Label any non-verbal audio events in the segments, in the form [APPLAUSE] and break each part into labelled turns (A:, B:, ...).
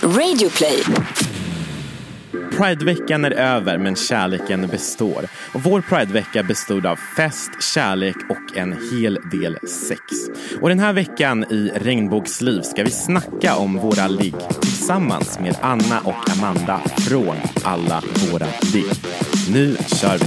A: Radioplay.
B: Prideveckan är över men kärleken består. Och vår Pridevecka bestod av fest, kärlek och en hel del sex. Och den här veckan i Regnbågsliv ska vi snacka om våra ligg tillsammans med Anna och Amanda från Alla våra ligg. Nu kör vi!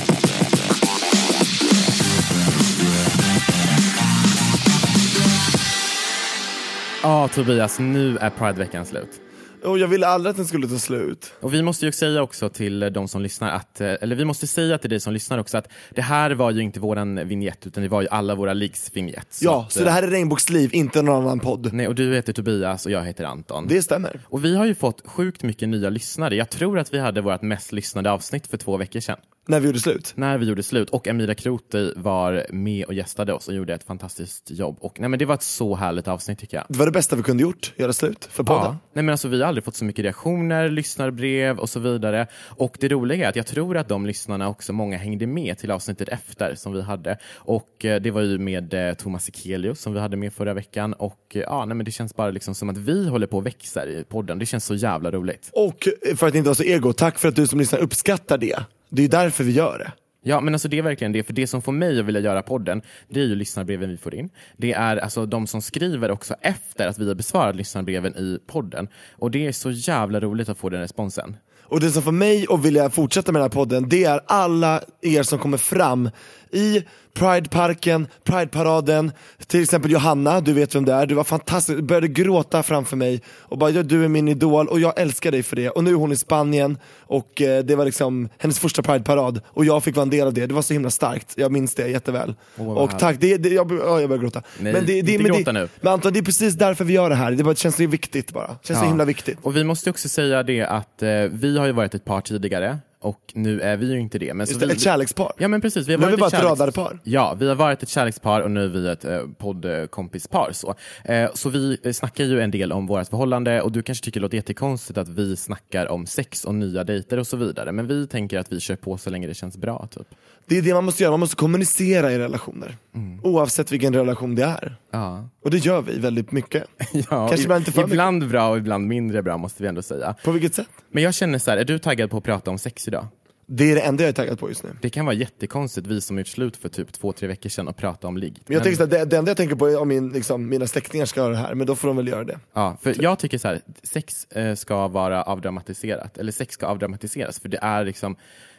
B: Ja, Tobias, nu är Prideveckan slut.
C: Och jag ville aldrig att den skulle ta slut.
B: Och vi måste ju säga också till de som lyssnar att, eh, eller vi måste säga till dig som lyssnar också att det här var ju inte våran vignett utan det var ju alla våra liggs vignett. Så
C: ja,
B: att, eh,
C: så det här är Regnbågsliv, inte någon annan podd.
B: Nej, och du heter Tobias och jag heter Anton.
C: Det stämmer.
B: Och vi har ju fått sjukt mycket nya lyssnare. Jag tror att vi hade vårt mest lyssnade avsnitt för två veckor sedan.
C: När vi gjorde slut.
B: När vi gjorde slut och Amira Kroti var med och gästade oss och gjorde ett fantastiskt jobb. Och nej men det var ett så härligt avsnitt tycker jag.
C: Det var det bästa vi kunde gjort, göra slut för podden.
B: Nej, men alltså, vi har aldrig fått så mycket reaktioner, lyssnarbrev och så vidare. Och det roliga är att jag tror att de lyssnarna också, många hängde med till avsnittet efter som vi hade. Och eh, det var ju med eh, Thomas Ekelius som vi hade med förra veckan. Och eh, ja, nej, men det känns bara liksom som att vi håller på och växer i podden. Det känns så jävla roligt.
C: Och eh, för att inte vara så ego, tack för att du som lyssnar uppskattar det. Det är ju därför vi gör det.
B: Ja, men alltså det är verkligen det. För det som får mig att vilja göra podden, det är ju lyssnarbreven vi får in. Det är alltså de som skriver också efter att vi har besvarat lyssnarbreven i podden. Och det är så jävla roligt att få den responsen.
C: Och det som får mig att vilja fortsätta med den här podden, det är alla er som kommer fram i Prideparken, Prideparaden, till exempel Johanna, du vet vem det är, du var fantastisk, började gråta framför mig och bara "Ja, du är min idol och jag älskar dig för det. Och nu är hon i Spanien och eh, det var liksom hennes första Prideparad och jag fick vara en del av det, det var så himla starkt, jag minns det jätteväl.
B: vad
C: och
B: härligt.
C: tack, det, det, jag, ja, jag börjar gråta.
B: Nej, inte
C: men
B: gråta nu.
C: Men Anton, det är precis därför vi gör det här, det bara, känns så viktigt bara, känns så
B: Ja.
C: himla viktigt.
B: Och vi måste också säga det att eh, vi har ju varit ett par tidigare och nu är vi ju inte det. Men
C: Just
B: så
C: det,
B: vi,
C: ett kärlekspar.
B: Ja men precis, vi har
C: Nu är
B: varit
C: vi bara
B: ett
C: ett
B: kärleks-
C: radarpar.
B: Ja, vi har varit ett kärlekspar och nu är vi ett eh, poddkompispar. Så. Eh, så vi eh, snackar ju en del om vårt förhållande och du kanske tycker det låter jättekonstigt att vi snackar om sex och nya dejter och så vidare. Men vi tänker att vi kör på så länge det känns bra. Typ.
C: Det är det man måste göra, man måste kommunicera i relationer.
B: Mm.
C: Oavsett vilken relation det är.
B: Ja.
C: Och det gör vi väldigt mycket.
B: [LAUGHS] Ja,
C: Kanske
B: i-
C: man inte för mycket.
B: ibland bra och ibland mindre bra måste vi ändå säga.
C: På vilket sätt?
B: Men jag känner så här, är du taggad på att prata om sex idag?
C: Det är det enda jag är taggad på just nu. Men
B: Det kan vara jättekonstigt, vi som gjort slut för typ två, tre veckor sedan och prata om ligg.
C: jag tänker så här, det, det enda jag tänker på är om min, liksom, mina släktingar ska göra det här, men då får de väl göra det.
B: Ja, för jag tycker så här, sex eh, ska vara avdramatiserat, eller sex ska avdramatiseras för det är liksom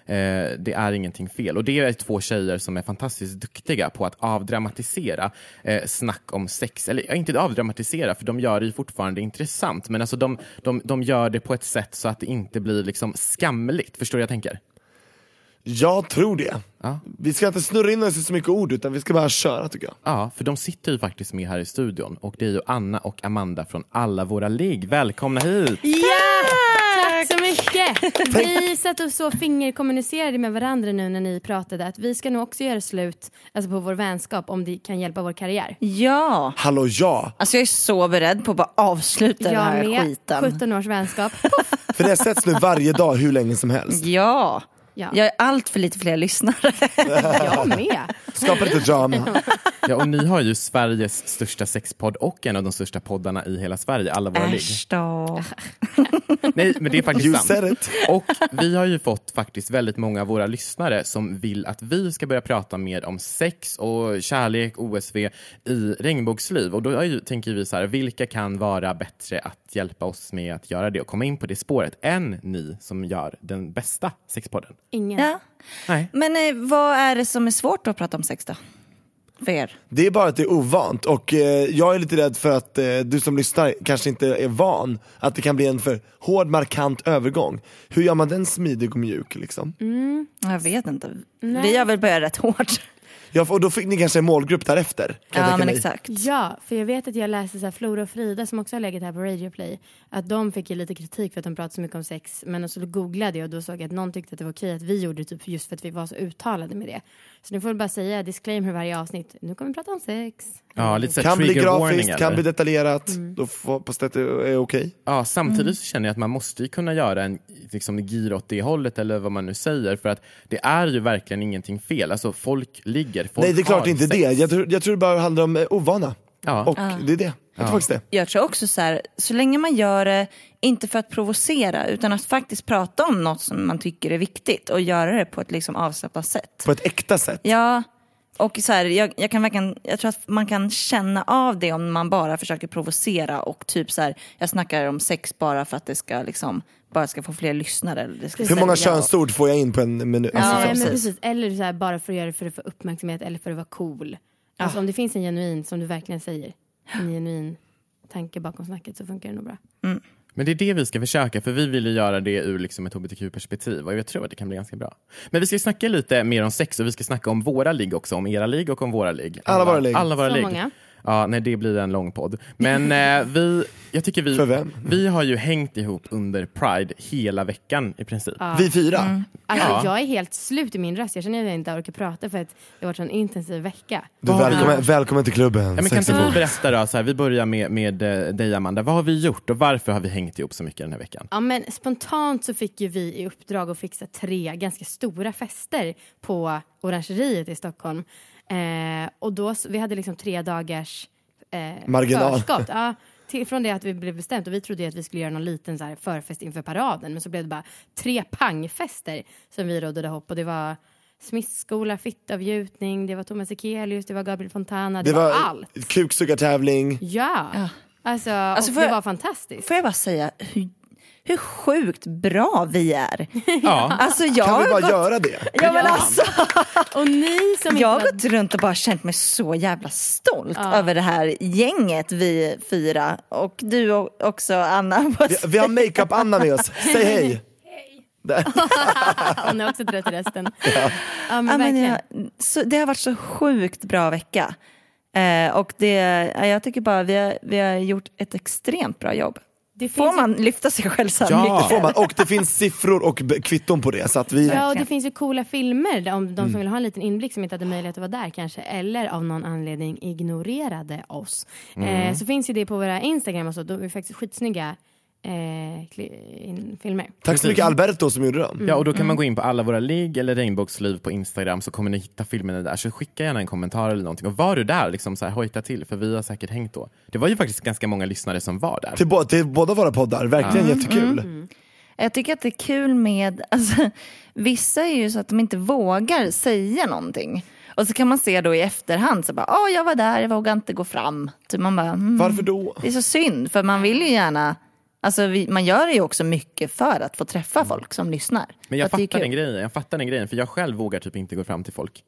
B: eh, det är ingenting fel. Och det är två tjejer som är fantastiskt duktiga på att avdramatisera eh, snack om sex. Eller ja, inte avdramatisera, för de gör det ju fortfarande intressant. Men alltså de, de, de gör det på ett sätt så att det inte blir liksom skamligt. Förstår du vad jag tänker?
C: Jag tror det.
B: Ja.
C: Vi ska inte snurra in oss i så mycket ord, utan vi ska bara köra tycker jag.
B: Ja, för de sitter ju faktiskt med här i studion. Och det är ju Anna och Amanda från Alla våra ligg. Välkomna hit!
D: Tack så mycket! Vi satt och så fingerkommunicerade med varandra nu när ni pratade att vi ska nog också göra slut alltså på vår vänskap om det kan hjälpa vår karriär.
E: Ja,
C: Hallå ja!
E: alltså jag är så beredd på att bara avsluta den här
D: med
E: skiten.
D: 17 års vänskap.
C: För det sätts nu varje dag hur länge
B: [LAUGHS]
C: som helst.
E: Ja.
D: Ja.
E: jag är allt för lite fler lyssnare.
D: Jag med.
C: Skapa lite drama.
B: Ja, och ni har ju Sveriges största sexpodd och en av de största poddarna i hela Sverige, alla våra ligg.
E: Äsch då.
B: Nej, men det är faktiskt
C: You
B: sant.
C: said it.
B: Och vi har ju fått faktiskt väldigt många av våra lyssnare som vill att vi ska börja prata mer om sex och kärlek, OSV i regnbågsliv. Och då är ju, tänker vi så här, vilka kan vara bättre att hjälpa oss med att göra det och komma in på det spåret än ni som gör den bästa sexpodden?
D: Ingen.
E: Ja.
B: Nej.
E: Men eh, vad är det som är svårt att prata om sex då? För er?
C: Det är bara att det är ovant och eh, jag är lite rädd för att eh, du som lyssnar kanske inte är van, att det kan bli en för hård markant övergång. Hur gör man den smidig och mjuk liksom?
E: Mm. Jag vet inte. Vi har väl börjat rätt hårt.
C: Ja, och då fick ni kanske en målgrupp därefter? kan jag
E: Ja
C: tänka
E: men
C: mig.
E: exakt.
D: Ja, för jag vet att jag läste så här, Flora och Frida som också har legat här på Radio Play, att de fick ju lite kritik för att de pratade så mycket om sex, men så googlade jag och då såg jag att någon tyckte att det var okej att vi gjorde det typ just för att vi var så uttalade med det. Så nu får vi bara säga disclaimer i varje avsnitt, nu kommer vi prata om sex.
B: Ja, lite så här
C: Kan bli
B: trigger warning,
C: grafiskt, kan
B: eller?
C: bli detaljerat,
E: Mm.
C: då får hoppas att det är okej.
B: Ja, samtidigt
C: Mm.
B: så känner jag att man måste ju kunna göra en liksom, gir åt det hållet eller vad man nu säger för att det är ju verkligen ingenting fel. Alltså folk ligger, folk
C: Nej det är klart
B: har
C: inte
B: sex.
C: det, jag tror, jag tror det bara handlar om eh, ovana.
B: Ja.
C: Och det är det. Jag tror faktiskt det.
E: Jag tror också så här, så länge man gör det, inte för att provocera, utan att faktiskt prata om något som man tycker är viktigt och göra det på ett liksom avslappnat sätt.
C: På ett äkta sätt.
E: Ja, och så här, jag, jag, kan verkligen, jag tror att man kan känna av det om man bara försöker provocera och typ så här, jag snackar om sex bara för att det ska liksom, bara ska få fler lyssnare. Eller det ska
C: Hur många
E: sälja och-
C: könsord får jag in på en minut? Alltså,
D: Nej,
E: precis.
D: men precis. Eller så här, bara för att göra det för att få uppmärksamhet eller för att vara cool. Alltså, om det finns en genuin, som du verkligen säger, en genuin tanke bakom snacket så funkar det nog bra.
B: Men det är det vi ska försöka, för vi vill ju göra det ur liksom ett hbtq-perspektiv och jag tror att det kan bli ganska bra. Men vi ska snacka lite mer om sex och vi ska snacka om våra ligg också, om era ligg och om våra ligg.
C: Alla våra ligg.
B: Alla våra
D: Så
B: ligg.
D: många.
B: Ja, nej det blir en lång podd. Men eh, vi, jag tycker vi,
C: För vem?
B: vi har ju hängt ihop under Pride hela veckan i princip.
C: vi fyra.
E: Mm.
D: Alltså,
B: Ja.
D: Jag är helt slut i min röst. Jag känner att jag inte orkar prata för att det har varit en intensiv vecka.
C: Du, välkommen, välkommen till klubben.
B: Ja, men kan
C: Sex
B: inte
C: och
B: du
C: våld.
B: berätta då, så här, vi börjar med, med eh, dig Amanda. Vad har vi gjort och varför har vi hängt ihop så mycket den här
C: [LAUGHS]
B: veckan?
D: Ja, men spontant så fick ju vi i uppdrag att fixa tre ganska stora fester på Orangeriet i Stockholm. Eh, och då, s- vi hade liksom tre dagars eh,
C: Marginal.
D: förskott.
C: [LAUGHS]
D: Ja, till, från det att vi blev bestämt och vi trodde ju att vi skulle göra någon liten så här förfest inför paraden men så blev det bara tre pangfester som vi råddade ihop och det var smittskola, fittavgjutning, det var Thomas Ekelius, det var Gabriel Fontana, det,
C: Det
D: var,
C: var
D: allt.
C: kuksuggartävling.
D: Ja, alltså,
E: Alltså,
D: och
E: får
D: det
E: jag-
D: var fantastiskt.
E: Får jag bara säga hur, hur sjukt bra vi är?
B: Ja.
E: Alltså jag
C: Kan vi bara
E: har gått,
C: göra det?
E: ja, men alltså,
D: Och ni som
E: jag har
D: inte var
E: gått runt och bara känt mig så jävla stolt över det här gänget vi fyra och du och också Anna.
C: Vi, vi har makeup-Anna med oss. Säg hej. Där.
D: [LAUGHS] Hon är också trött i resten. Ja, men
E: Ja, men
D: verkligen.
E: jag, så, det har varit så sjukt bra vecka. Eh, och det, ja, jag tycker bara vi har, vi har gjort ett extremt bra jobb.
D: Det
E: Får
D: finns ju-
E: man lyfta sig själv så här
B: Ja.
E: mycket?
C: Får man. Och det finns siffror och b- kvitton på det. Så att vi,
D: Ja, och det
E: Verkligen. Mm.
D: finns ju coola filmer där om de som vill ha en liten inblick som inte hade möjlighet att vara där kanske eller av någon anledning ignorerade oss.
E: Mm.
D: Eh, så finns ju det på våra Instagram och så. De är faktiskt skitsnygga eh, kli- in- filmer. [LAUGHS]
C: Tack så mycket Alberto som gjorde dem.
B: Ja, och då kan man gå in på alla våra ligg eller regnbågsliv på Instagram så kommer ni hitta filmerna där. Så skicka gärna en kommentar eller någonting. Och var du där, liksom så här, hojta till för vi har säkert hängt då. Det var ju faktiskt ganska många lyssnare som var där.
C: Till, bå- till båda våra poddar, verkligen jättekul.
B: Mm.
E: Jag tycker att det är kul med, alltså, vissa är ju så att de inte vågar säga någonting. Och så kan man se då i efterhand, så bara, ah jag var där, jag vågade inte gå fram. Typ man bara, mm.
C: Varför då?
E: Det är så synd, för man vill ju gärna, alltså vi, man gör det ju också mycket för att få träffa folk som lyssnar.
B: Men jag
E: Så att det är
B: fattar den
E: kul.
B: grejen, jag fattar den grejen för jag själv vågar typ inte gå fram till folk.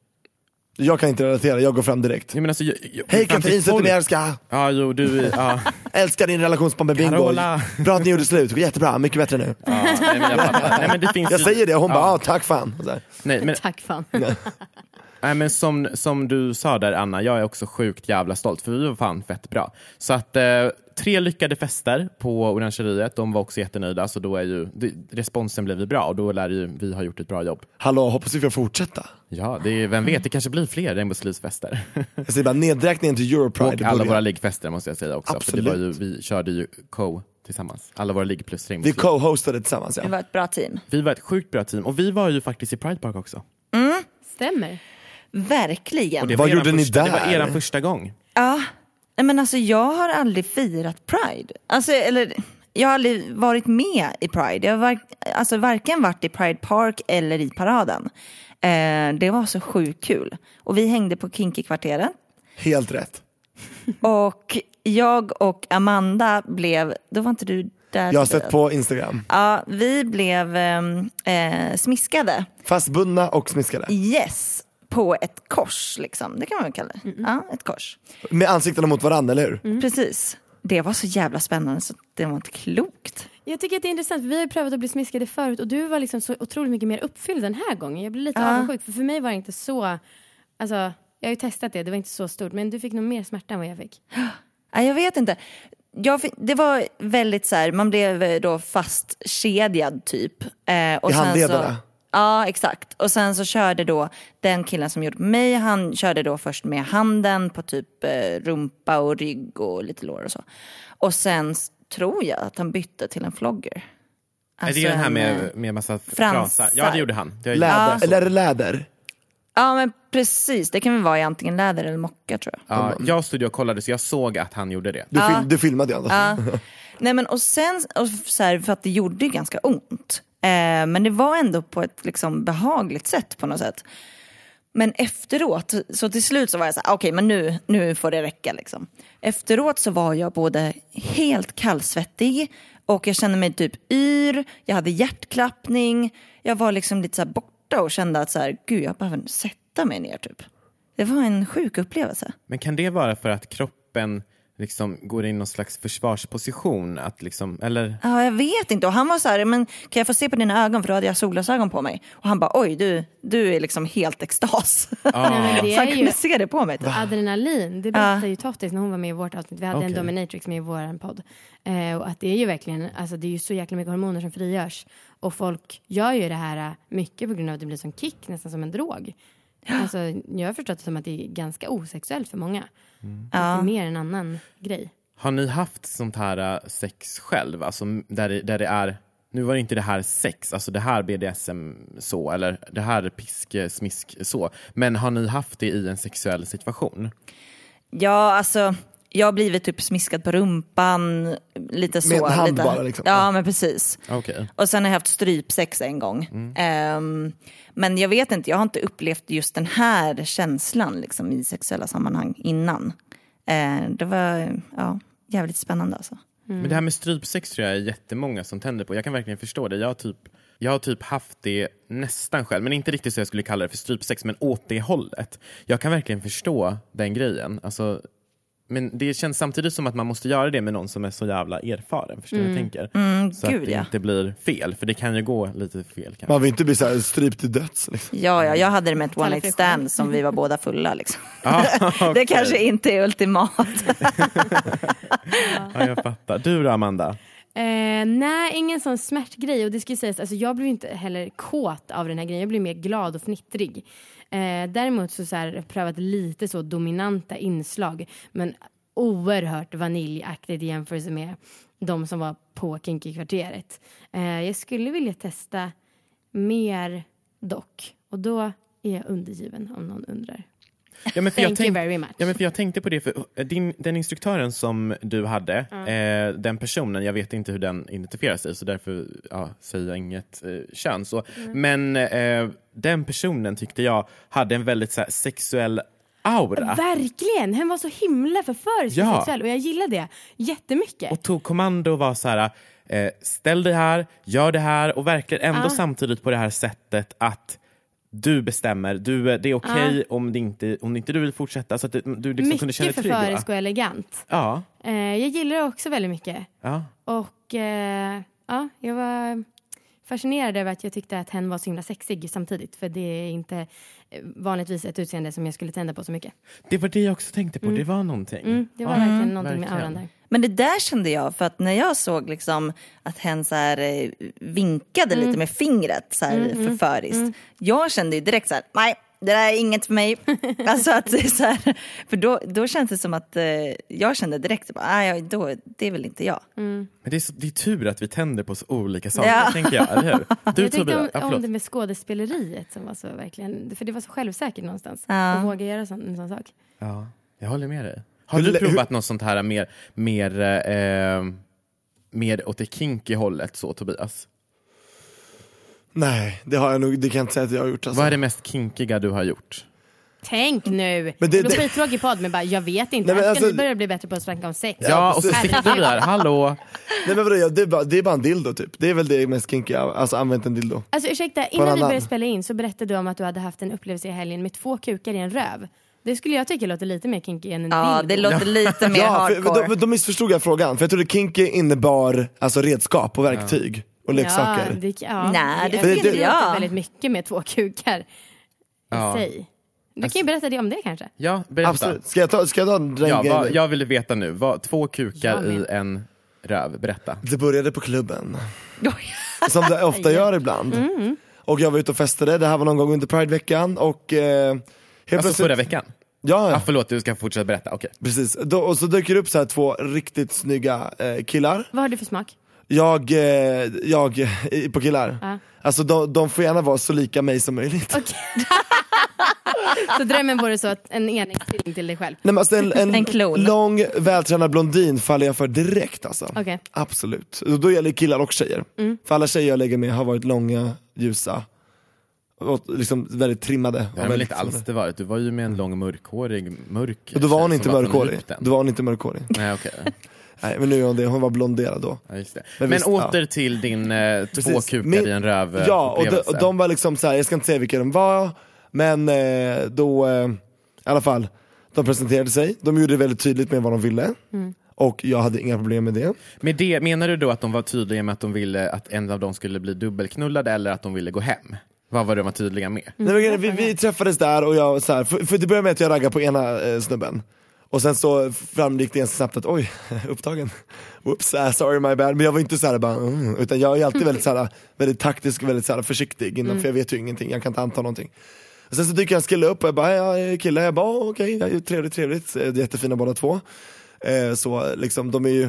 C: Jag kan inte relatera, jag går fram direkt.
B: Jag menar, så, jag, jag,
C: Hej
B: fram till
C: Katrin
B: folk-
C: Zetterbergska!
B: Ja, jo, du, ja.
C: Älskar din relationsbombe bingo.
B: Carola.
C: Bra att ni gjorde slut, jättebra, mycket bättre nu.
B: ja nej, men jag fattar. Nej, men det finns
C: Jag
B: ju-
C: säger det och hon bara, ah, tack fan. Och så här.
B: Nej, men,
D: Tack fan.
B: Nej men som, som du sa där Anna, jag är också sjukt jävla stolt för vi var fan fett bra. Så att eh, tre lyckade fester på Orangeriet, de var också jättenöjda så då är ju det, responsen blev ju bra och då lär ju vi ha gjort ett bra jobb.
C: Hallå, hoppas vi får fortsätta.
B: Ja, det är, vem vet, det kanske blir fler [LAUGHS] Regnbågslivsfester.
C: Jag säger bara, nedräkningen till
B: Och
C: Europride
B: alla våra
C: börjar.
B: liggfester måste jag säga också, för det var ju, vi körde ju co tillsammans. Alla våra ligg plus
C: Vi
B: Regnbågsliv.
C: co-hostade tillsammans
E: Det
C: ja.
E: var ett bra team.
B: Vi var ett sjukt bra team och vi var ju faktiskt i Pride Park också.
D: Stämmer.
E: Verkligen.
B: Det
C: Vad
B: var eran
C: gjorde ni
B: första, Det var
C: där?
B: eran första gång.
E: Ja, nej, men alltså jag har aldrig firat Pride. Alltså, eller, jag har aldrig varit med i Pride. Jag har var, alltså, varken varit i Pride Park eller i paraden. Eh, det var så sjukt kul. Och vi hängde på Kinky-kvarteren.
C: Helt rätt.
E: Och jag och Amanda blev, då var inte du där.
C: Jag har sett på Instagram.
E: Ja, vi blev ehm, eh, smiskade.
C: Fastbundna och smiskade.
E: Yes, på ett kors liksom. Det kan man väl kalla det. Ja, ett kors.
C: Med ansiktena mot varandra, eller hur?
E: Mm. Precis. Det var så jävla spännande så det var inte klokt.
D: Jag tycker att det är intressant, för vi har ju prövat att bli smiskade förut och du var liksom så otroligt mycket mer uppfylld den här gången. Jag blir lite avundsjuk, för för mig var det inte så... Alltså, jag har ju testat det, det var inte så stort, men du fick nog mer smärta än vad jag fick.
E: Nej, jag vet inte. Jag, fi- det var väldigt så här, man blev eh, då fastkedjad typ. Eh, och
C: I handlederna?
E: Så, ja, exakt. Och sen så körde då den killen som gjorde mig, han körde då först med handen på typ eh, rumpa och rygg och lite lår och så. Och sen s- tror jag att han bytte till en flogger.
B: Nej, det är den här
E: en, eh,
B: med, med massa
E: fransar.
B: fransar. Ja, det gjorde han. Det har jag-
C: Läder, eller är det läder?
E: Ja men precis, det kan väl vara i antingen läder eller mocka tror jag.
B: Ja, jag stod ju och kollade så jag såg att han gjorde det.
C: Du, fil- du filmade ju ändå.
E: Nej men och sen, och så här, för att det gjorde ju ganska ont. Eh, men det var ändå på ett liksom behagligt sätt på något sätt. Men efteråt, så till slut så var jag så här, okej men nu, nu får det räcka liksom. Efteråt så var jag både helt kallsvettig och jag kände mig typ yr, jag hade hjärtklappning, jag var liksom lite så här borta och kände att så här, gud jag behöver sätta mig ner typ. Det var en sjuk upplevelse.
B: Men kan det vara för att kroppen liksom går in i någon slags försvarsposition? Att liksom, eller?
E: Ja, jag vet inte. Och han var så här, men kan jag få se på dina ögon? För då hade jag solglasögon på mig. Och han bara, oj, du, du är liksom helt extas.
D: Nej, men det
E: [LAUGHS] så han
D: är ju [LAUGHS]
E: kunde se det på mig. Typ.
D: adrenalin. Det berättade ju Tottis när hon var med i vårt avsnitt. Vi hade en
B: Okej.
D: dominatrix med i vår podd. Eh, och att det är ju verkligen, alltså det är ju så jäkla mycket hormoner som frigörs. Och folk gör ju det här eh, mycket på grund av att det blir som kick, nästan som en drog. Alltså, jag har förstått det som att det är ganska osexuellt för många.
E: Mm.
D: Att Det är mer en annan grej.
B: Har ni haft sånt här äh, sex själv? Alltså, m- där, det- där det är, nu var det inte det här sex, alltså det här BDSM så, eller det här pisk, eh, smisk så. Men har ni haft det i en sexuell situation?
E: Ja, alltså, jag har blivit typ smiskad på rumpan. Lite så.
C: Med en hand
E: lite.
C: bara, liksom.
E: Ja, men precis.
B: Okej.
E: Och sen har jag haft strypsex en gång.
C: Mm.
E: Ehm, men jag vet inte, jag har inte upplevt just den här känslan liksom, i sexuella sammanhang innan. Eh, det var ja, jävligt spännande alltså.
B: Men det här med strypsex tror jag är jättemånga som tänder på. Jag kan verkligen förstå det. Jag har typ, jag har typ haft det nästan själv, men inte riktigt så jag skulle kalla det för strypsex, men åt det hållet. Jag kan verkligen förstå den grejen. Alltså, men det känns samtidigt som att man måste göra det med någon som är så jävla erfaren. Förstår du vad jag tänker? så
E: Mm. gud,
B: att det
E: ja.
B: inte blir fel, för det kan ju gå lite fel. Kanske.
C: Man vill inte bli så här strypt till döds. Liksom.
E: Ja, ja, jag hade det med ett one
D: Talar
E: night
D: för sig
E: stand som vi var båda fulla.
C: [LAUGHS]
E: Liksom.
B: Ah,
E: [LAUGHS] Det kanske inte är ultimat.
B: ja, jag fattar. Du då Amanda?
D: Eh, nej, ingen sån smärtgrej. Och det ska ju sägas, alltså jag blev inte heller kåt av den här grejen. Jag blev mer glad och fnittrig. Eh, däremot så, så här, har jag prövat lite så dominanta inslag. Men oerhört vaniljaktigt i jämförelse med de som var på Kinky-kvarteret. Eh, jag skulle vilja testa mer dock. Och då är jag undergiven om någon undrar.
B: Ja, men för
D: Thank
B: jag tänk-
D: you very much.
B: Ja, men för jag tänkte på det, för eh, din, den instruktören som du hade, eh, den personen, jag vet inte hur den identifierar sig så därför ja, säger jag inget eh, kön. Så. Men eh, den personen tyckte jag hade en väldigt så här, sexuell aura
D: Verkligen! Han var så himla förförisk
B: Ja.
D: och sexuell och jag gillar det jättemycket.
B: och tog kommando och var så här, eh, ställ dig här, gör det här och verkligen ändå
D: Ah.
B: samtidigt på det här sättet att du bestämmer, du, eh, det är okej om, det inte, om inte du vill fortsätta. Så att du, du liksom kunde
D: Mycket
B: känna dig trygg. va?
D: förförisk och elegant.
B: Ja,
D: Eh, jag gillar det också väldigt mycket.
B: ja.
D: Och eh, ja, jag var fascinerad över att jag tyckte att hen var så himla sexig samtidigt. För det är inte eh, vanligtvis ett utseende som jag skulle tända på så mycket.
B: Det var det jag också tänkte på, det var någonting.
D: Mm, det var
B: Ja,
D: verkligen någonting med
B: verkligen.
D: auran där.
E: Men det där kände jag, för att när jag såg liksom att hen så här eh, vinkade
C: Mm.
E: lite med fingret så här förföriskt. Jag kände ju direkt så här, nej det där är inget för
C: [LAUGHS]
E: mig. alltså att det är så här, för då, då känns det som att eh, jag kände direkt, bara, nej då, det är väl inte jag.
C: Mm.
B: Men det är, så, det är tur att vi tänder på så olika saker,
E: Ja.
B: tänker jag.
D: [LAUGHS]
B: Eller hur? Du
D: jag tänkte
B: Tobias,
D: om,
B: ja,
D: om
B: förlåt.
D: det med skådespeleriet som var så verkligen, för det var så självsäkert någonstans. Att våga göra sån, en sån sak.
B: Ja, jag håller med dig. Har
C: Hur
B: du
C: lä-
B: provat något sånt här mer, mer, eh, mer åt det kinky hållet så Tobias?
C: Nej, det har jag nog, det kan jag inte säga att jag har gjort. Alltså.
B: Vad är det mest kinkiga du har gjort?
D: Tänk nu!
C: Men
D: Men
C: det-
D: det, det... Skittråkig podd men bara, jag vet inte.
C: Nej, men
D: Här ska
C: alltså-
D: ni börja bli bättre på att snacka om sex?
B: Ja, och så
D: precis.
B: sitter vi där,
D: [LAUGHS]
B: hallå!
C: Nej men vadå, jag- det är, bara, det är bara en dildo typ. Det är väl det mest kinkiga, alltså använt en dildo.
D: Alltså ursäkta, innan vi
C: annan.
D: började spela in så berättade du om att du hade haft en upplevelse i helgen med två kukar i en röv. Det skulle jag tycka låter lite mer kinky än en
E: Ja,
D: dildo.
E: det låter lite mer
C: [LAUGHS] Ja, för,
E: hardcore. [LAUGHS]
C: då, då missförstod jag frågan, för jag trodde kinky innebar alltså redskap och verktyg och leksaker.
D: Ja, det, ja,
E: Nej, det
D: jag tycker
C: tycker
D: det
C: jag.
D: låter väldigt mycket med två kukar i
B: Ja.
D: sig. Du kan ju berätta det om det kanske.
B: Ja, berätta.
C: Absolut. Ska jag ta, ska jag ta en
B: Ja,
C: ja,
B: vad, jag ville veta nu, vad, två kukar
D: Jag med.
B: i en röv, berätta.
C: Det började på klubben.
E: Oj.
C: Som det ofta gör ibland. Och jag var ute och festade, det här var någon gång under prideveckan och eh, helt
B: Alltså förra veckan?
C: Ja,
B: Ja,
C: ja,
B: förlåt, du ska fortsätta berätta. Okej.
C: precis. Då, och så dyker det upp så här två riktigt snygga eh, killar.
D: Vad har du för smak?
C: Jag, eh, jag eh, på killar.
D: Ja.
C: Alltså de, de får gärna vara så lika mig som möjligt.
D: Okej. [LAUGHS] Så drömmen vore så att en enäggstvilling till dig själv.
C: Nej, men alltså en, en,
E: En klon.
C: lång vältränad blondin faller jag för direkt alltså.
D: Okej.
C: Absolut. Och Då gäller det killar och tjejer. För alla tjejer jag lägger med har varit långa, ljusa och liksom väldigt trimmade.
B: Det har väl inte
C: liksom
B: alls det varit. Du var ju med en lång mörkhårig mörk
C: Och då var hon
B: tjej
C: inte
B: som från
C: mörkhårig.
B: Egypten.
C: Då var hon inte mörkhårig.
B: Nej, okej.
C: [LAUGHS] Nej men nu är hon det, hon var blonderad då.
B: Ja, just det.
C: Men
B: Men,
C: visst,
B: åter till din eh, två
C: Precis.
B: kukar
C: Min-
B: i en röv eh,
C: Ja, och de,
B: upplevelse.
C: och de var liksom så här, jag ska inte säga vilka de var, men eh, då, eh, i alla fall, de presenterade sig, de gjorde det väldigt tydligt med vad de ville. Och jag hade inga problem med det.
B: Med det, menar du då att de var tydliga med att de ville att en av dem skulle bli dubbelknullad eller att de ville gå hem? Vad var de var tydliga med?
C: Nej, men, vi, vi träffades där och jag, så här, för, för det började med att jag raggade på ena eh, snubben. Och sen så framgick det ganska snabbt att oj, [LAUGHS] upptagen. Oops, eh, sorry my bad. Men jag var inte så här bara, mm, utan jag är alltid väldigt, så här, väldigt taktisk och väldigt så här, försiktig innan, för jag vet ju ingenting, jag kan inte anta någonting. Och sen så dyker en kille upp och jag bara, ja, jag är kille, jag bara "Åh, okej, ja, trevligt trevligt, Eh, jättefina båda två. Eh, så liksom, de är ju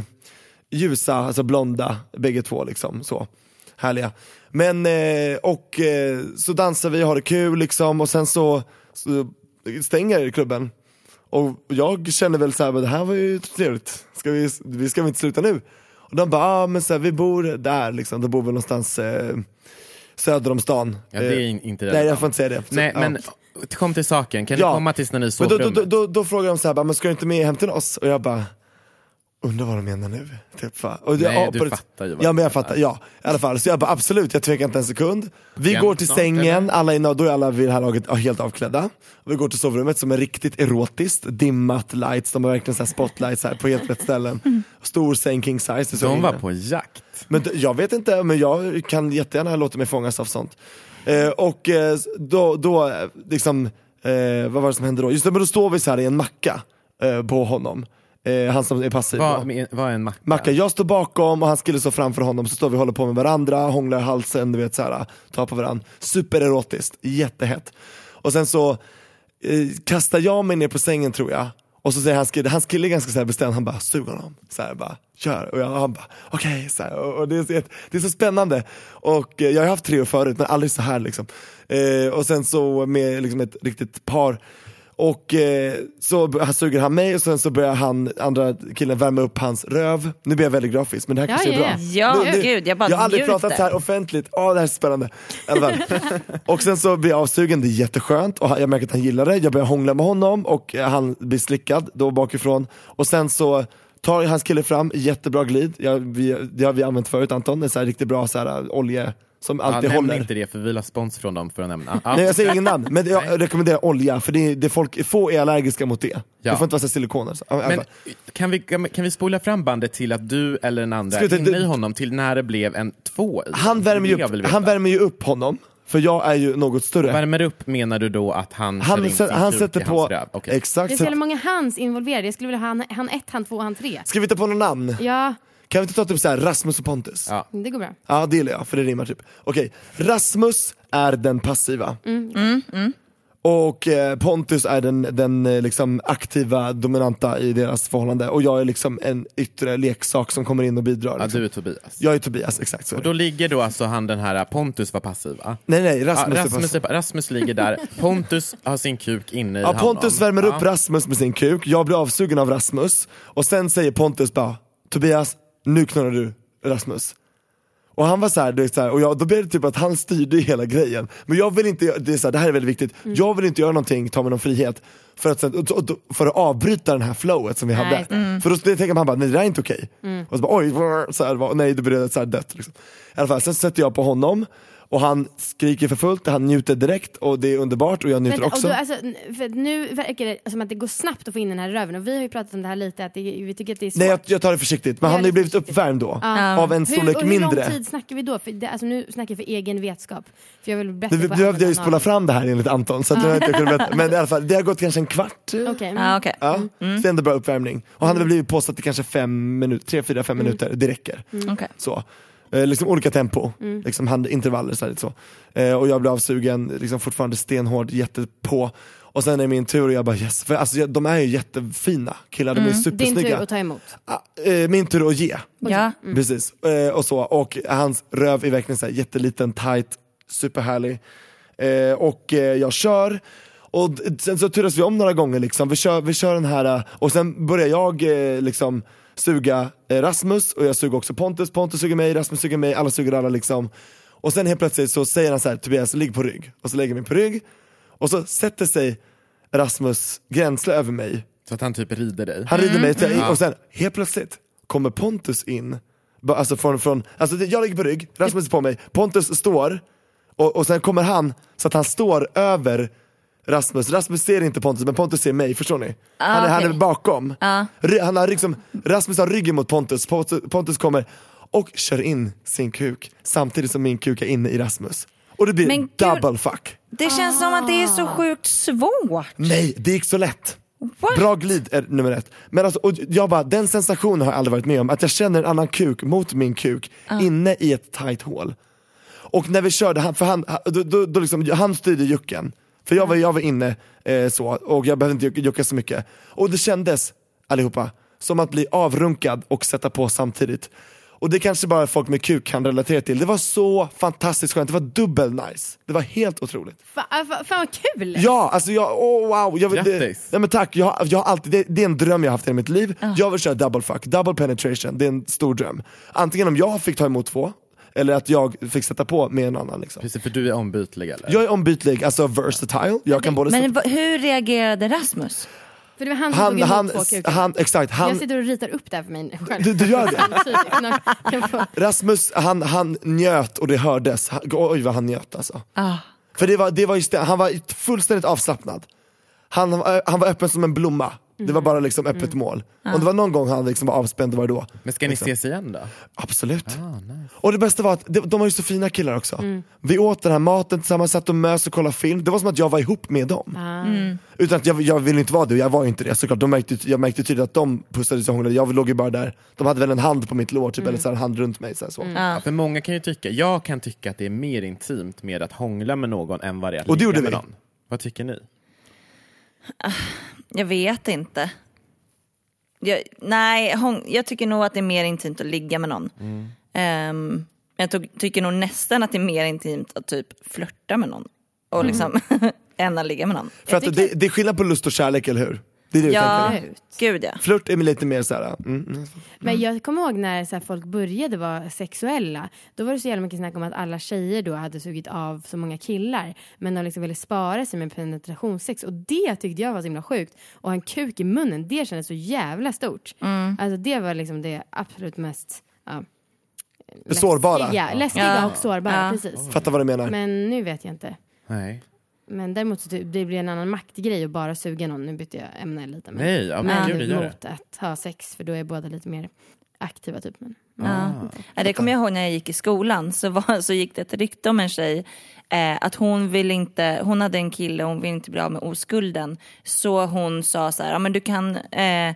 C: ljusa, alltså blonda bägge två liksom så. Härliga. Men, eh, och eh, så dansar vi, har det kul liksom och sen så, så stänger klubben. Och jag känner väl såhär, det här var ju trevligt, ska vi, vi ska väl inte sluta nu? Och de bara, ah, men så här, vi bor där liksom, de bor väl någonstans eh, söder om stan.
B: Ja, det är
C: Eh,
B: in- inte
C: Nej
B: relevant.
C: jag får inte säga det. Så,
B: Nej,
C: ja.
B: men kom till saken. Kan
C: Ja.
B: du komma tills när ni
C: Men
B: såg
C: då, då, då, då, då frågar de så här, bara, men ska du inte med hem till oss? Och jag bara, undrar vad de menar nu. Typ, va? och
B: Nej,
C: ja,
B: du
C: på det-
B: fattar ju vad
C: Ja
B: de
C: men jag
B: menar.
C: fattar, ja. I alla fall. Så jag bara absolut, jag tvekar inte en sekund. Vi
B: Jämt
C: går till
B: snart,
C: sängen,
B: eller?
C: alla är, då är alla vid det här laget ja, helt avklädda. Och vi går till sovrummet som är riktigt erotiskt, dimmat, lights, de har verkligen så här spotlights här på helt rätt ställen. Stor säng, king size. Det är så
B: De var
C: inne.
B: på jakt.
C: Men d- jag vet inte, men jag kan jättegärna låta mig fångas av sånt. Eh, och eh, s- då, då eh, liksom, eh, vad var det som hände då? Just det, men då står vi så här i en macka eh, på honom. Eh, han som är passiv. då.
B: Vad var en macka?
C: Macka, jag står bakom och han skulle stå framför honom, så står vi och håller på med varandra, hånglar i halsen, du vet såhär, tar på varandra. Supererotiskt, jättehett. Och sen så eh, kastar jag mig ner på sängen tror jag, och så säger hans kille, hans kille är ganska såhär bestämd, han bara sug honom, såhär bara kör. Och jag, han bara okej, såhär. Och, och det, är, så jätte- det är så spännande. Och eh, jag har haft trio förut men aldrig så här liksom. Eh, och sen så med liksom ett riktigt par och eh, så b- han suger han mig och sen så börjar han, andra killen värma upp hans röv. Nu blir jag väldigt grafisk men det här
D: Ja,
C: kanske är
D: ja,
C: bra.
E: ja. Ja,
C: Nu- nu-
E: gud, jag bara
C: har aldrig
E: njuter.
C: pratat så här offentligt, åh det här är spännande. I alla fall.
E: [LAUGHS]
C: och sen så blir jag avsugen, det är jätteskönt och han- jag märker att han gillar det. Jag börjar hångla med honom och eh, han blir slickad då bakifrån. Och sen så tar hans kille fram, jättebra glid. Jag, vi, det har vi använt förut Anton, en så här riktigt bra så här, äh, olje som
B: Ja,
C: alltid
B: nämn
C: håller.
B: inte det för vi vill ha spons från dem för att nämna. Ja.
C: Nej jag säger ingen namn,
B: [LAUGHS]
C: men jag rekommenderar olja för det är, det är folk, få är allergiska mot det.
B: Ja.
C: Det får inte vara så här silikoner. Så, ja, i alla
B: Men
C: fall.
B: kan vi, kan vi spola fram bandet till att du eller den andra
C: Sluta,
B: är inne
C: du-
B: i honom till när det blev en två i?
C: han, värmer
B: Det
C: ju
B: jag vill
C: upp,
B: veta.
C: han värmer ju upp honom, för jag är ju något större.
B: Värmer upp menar du då att han kör
C: han,
B: in
C: sä-
B: sin
C: han
B: kuk
C: sätter
B: i hans
C: på,
B: röv? Okej.
D: Det är
C: exakt.
D: så
C: Så,
D: jävla många hans involverade. Jag skulle vilja ha han, han ett, han två, han tre.
C: ska vi ta på några namn?
D: Ja,
C: Kan vi inte ta typ så här Rasmus och Pontus?
B: Ja.
D: det går bra.
C: Ja det gillar jag, för det rimmar typ. Okej, Rasmus är den passiva. Och eh, Pontus är den, den eh, liksom aktiva, dominanta i deras förhållande. Och jag är liksom en yttre leksak som kommer in och bidrar.
B: Ja,
C: Liksom.
B: du är Tobias.
C: Jag är Tobias, exakt så. är det.
B: Då ligger då alltså han den här Pontus var passiv va?
C: Nej nej,
B: Ja,
C: Rasmus, är
B: Rasmus,
C: passiv.
B: är, Rasmus ligger
C: [LAUGHS]
B: där, Pontus har sin kuk inne i
C: Ja,
B: honom.
C: Pontus värmer upp
B: Ja.
C: Rasmus med sin kuk, jag blir avsugen av Rasmus och sen säger Pontus bara Tobias, nu knullar du Rasmus. Och han var såhär, du vet, såhär och jag, då blev det typ att han styrde hela grejen. Men jag vill inte, gö- det, är såhär, det här är väldigt viktigt,
D: Mm.
C: jag vill inte göra någonting, ta mig någon frihet för att, sen, och- och- och- för att avbryta den här flowet som vi
D: Nej, Mm.
C: hade.
D: just det.
C: För då tänker man bara, nej det där är inte okej. Och så bara, oj, brr, så här, var- nej det blev så här dött. Liksom. I alla fall, sen sätter jag på honom och han skriker för fullt, han njuter direkt och det är underbart och jag njuter
D: Vänta, och
C: också.
D: då, alltså, n- för att nu verkar det som att det går snabbt att få in den här röven och vi har ju pratat om det här lite att det, vi tycker att det är svårt.
C: Nej jag, jag tar det försiktigt, men
D: Ja,
C: han har ju
D: lite
C: blivit
D: försiktigt.
C: uppvärmd då.
D: Ja.
C: Av en
D: hur,
C: storlek
D: och
C: mindre.
D: Hur lång tid snackar vi då? För det, alltså, nu snackar jag för egen vetskap. För jag vill bli bättre
C: Nu
D: på
C: nu behövde jag ju
D: använda
C: spola
D: av-
C: fram det här enligt Anton, så att nu har jag inte kunnat berätta. Men i alla fall, det har gått kanske en kvart.
D: Okej, mm.
E: Ja, Ah, okej.
C: Ja, Så det är ändå bra uppvärmning. Och han hade blivit påsatt i kanske fem minuter, tre, fyra,
D: Mm.
C: fem minuter, det räcker.
E: Okej.
C: Så. Eh, liksom olika tempo,
D: Mm.
C: liksom hand, intervaller så här, lite så. Eh, och jag blir avsugen, liksom fortfarande stenhård, jättepå. Och sen är det min tur och jag bara yes, för alltså, jag, de är ju jättefina killar, de är
D: Mm. Din
C: supersnygga.
D: tur att ta emot.
C: Ah, eh, min tur att ge.
E: Ja.
C: Precis, eh, och så. Och hans röv är verkligen så här jätteliten, tight, superhärlig. Eh, och eh, jag kör. Och d- sen så turas vi om några gånger liksom, vi kör, vi kör den här, eh, och sen börjar jag eh, liksom suga eh, Rasmus och jag suger också Pontus, Pontus suger mig, Rasmus suger mig, alla suger alla liksom. Och sen helt plötsligt så säger han så här, Tobias ligg på rygg. Och så lägger jag mig på rygg, och så sätter sig Rasmus gränsle över mig
B: Så att han typ rider dig.
C: han rider mig
E: Mm.
C: till, och sen helt plötsligt kommer Pontus in. Ba- Alltså från, från, alltså det- jag ligger på rygg, Rasmus är på mig, Pontus står och, och sen kommer han så att han står över Rasmus. Rasmus ser inte Pontus men Pontus ser mig, förstår ni? han, är, han är
E: Ah, okej. Ah.
C: bakom. Ry- Han har liksom, Rasmus har ryggen mot Pontus, Pontus, Pontus kommer och kör in sin kuk samtidigt som min kuk är inne i Rasmus. Och det blir
E: Men gud-
C: double fuck.
E: Det känns som att det är
C: Ah.
E: så sjukt svårt.
C: Nej, det gick så lätt.
E: What?
C: Bra glid är nummer ett. Men alltså, och jag bara, den sensationen har jag aldrig varit med om, att jag känner en annan kuk mot min kuk inne i ett tight hål. Och när vi körde, han, för han, han- då, då, då liksom, han styrde jucken. För jag var, jag var inne eh, så, och jag behövde inte jucka- jucka så mycket. Och det kändes, allihopa, som att bli avrunkad och sätta på samtidigt. Och det kanske bara folk med kuk kan relatera till. Det var så fantastiskt skönt, det var dubbel nice. Det var helt otroligt.
D: Fan, fan, ah, fan vad kul!
C: Ja, alltså jag, oh wow. Jag, vill- det,
B: Grattis.
C: nej men tack, jag, har- jag har alltid, det, det är en dröm jag har haft i mitt liv. Jag vill köra double fuck, double penetration, det är en stor dröm. Antingen om jag fick ta emot två, eller att jag fick sätta på med en annan. Liksom.
B: Precis, för du är ombytlig eller?
C: Jag är ombytlig, alltså versatile, jag kan både
E: Men
C: sätta-
E: va- hur reagerade Rasmus?
D: För det var han som
C: han,
D: tog
C: han,
D: emot två kukar.
C: han, exakt,
D: Jag
C: han,
D: sitter och ritar upp det här för mig själv.
C: du, du gör det.
D: Samtidigt. Nå- kan få-
C: Rasmus, han, han njöt och det hördes. Han, oj vad han njöt alltså.
E: Ah,
C: För det var, det var just det, han var fullständigt avslappnad. Han, eh, han var öppen som en blomma. Det var bara liksom öppet mål. Om det var någon gång han liksom var avspänd, det var då.
B: Men ska ni ses igen då?
C: Absolut. Och det bästa var att de, de var ju så fina killar också. Vi åt den här maten tillsammans, satt och mös och kollade film. Det var som att jag var ihop med dem. Utan att jag, jag ville inte vara det och jag var ju inte det såklart. De märkte, jag märkte tydligt att de pussades och hånglade, jag låg ju bara där. De hade väl en hand på mitt lår typ, eller så här, en hand runt mig. Så här, så.
B: Ja, för många kan ju tycka, jag kan tycka att det är mer intimt med att hångla med någon än vad det är att
C: Och det
B: ligga
C: gjorde
B: med
C: vi.
B: någon. Vad tycker ni?
E: Jag vet inte. Jag, nej, hon, jag tycker nog att det är mer intimt att ligga med någon.
C: Mm.
E: Ehm, jag tog, tycker nog nästan att det är mer intimt att typ flörta med någon. Och
C: Mm.
E: liksom, [LAUGHS] än att ligga med någon.
C: För att det, det är skillnad på lust och kärlek, eller hur? Det är det du
E: Ja,
C: tänker?
E: gud ja.
C: Flört är lite mer såhär, mm, mm.
D: Men jag kommer ihåg när så här, folk började vara sexuella. Då var det så jävla mycket snack om att alla tjejer då hade sugit av så många killar. Men de liksom ville spara sig med penetrationssex. Och det tyckte jag var så himla sjukt. Och en kuk i munnen, det kändes så jävla stort.
E: Mm.
D: Alltså det var liksom det absolut mest ja,
C: sårbara.
D: läskiga, läskiga
E: Ja.
D: och sårbara.
E: Ja.
D: Precis.
C: Fattar vad du menar.
D: Men nu vet jag inte.
B: Nej.
D: Men däremot så ty- det blir en annan maktgrej att bara suga någon. Nu bytte jag ämne lite. Men,
B: Nej, ja, men gud det gör
D: men
B: det.
D: mot att ha sex för då är båda lite mer aktiva typ. Men.
B: Ah,
E: Ja. Ja, det kommer jag ihåg när jag gick i skolan så, var, så gick det ett rykte om en tjej eh, att hon ville inte, hon hade en kille och hon ville inte bli av med oskulden så hon sa så här, ja men du kan, eh,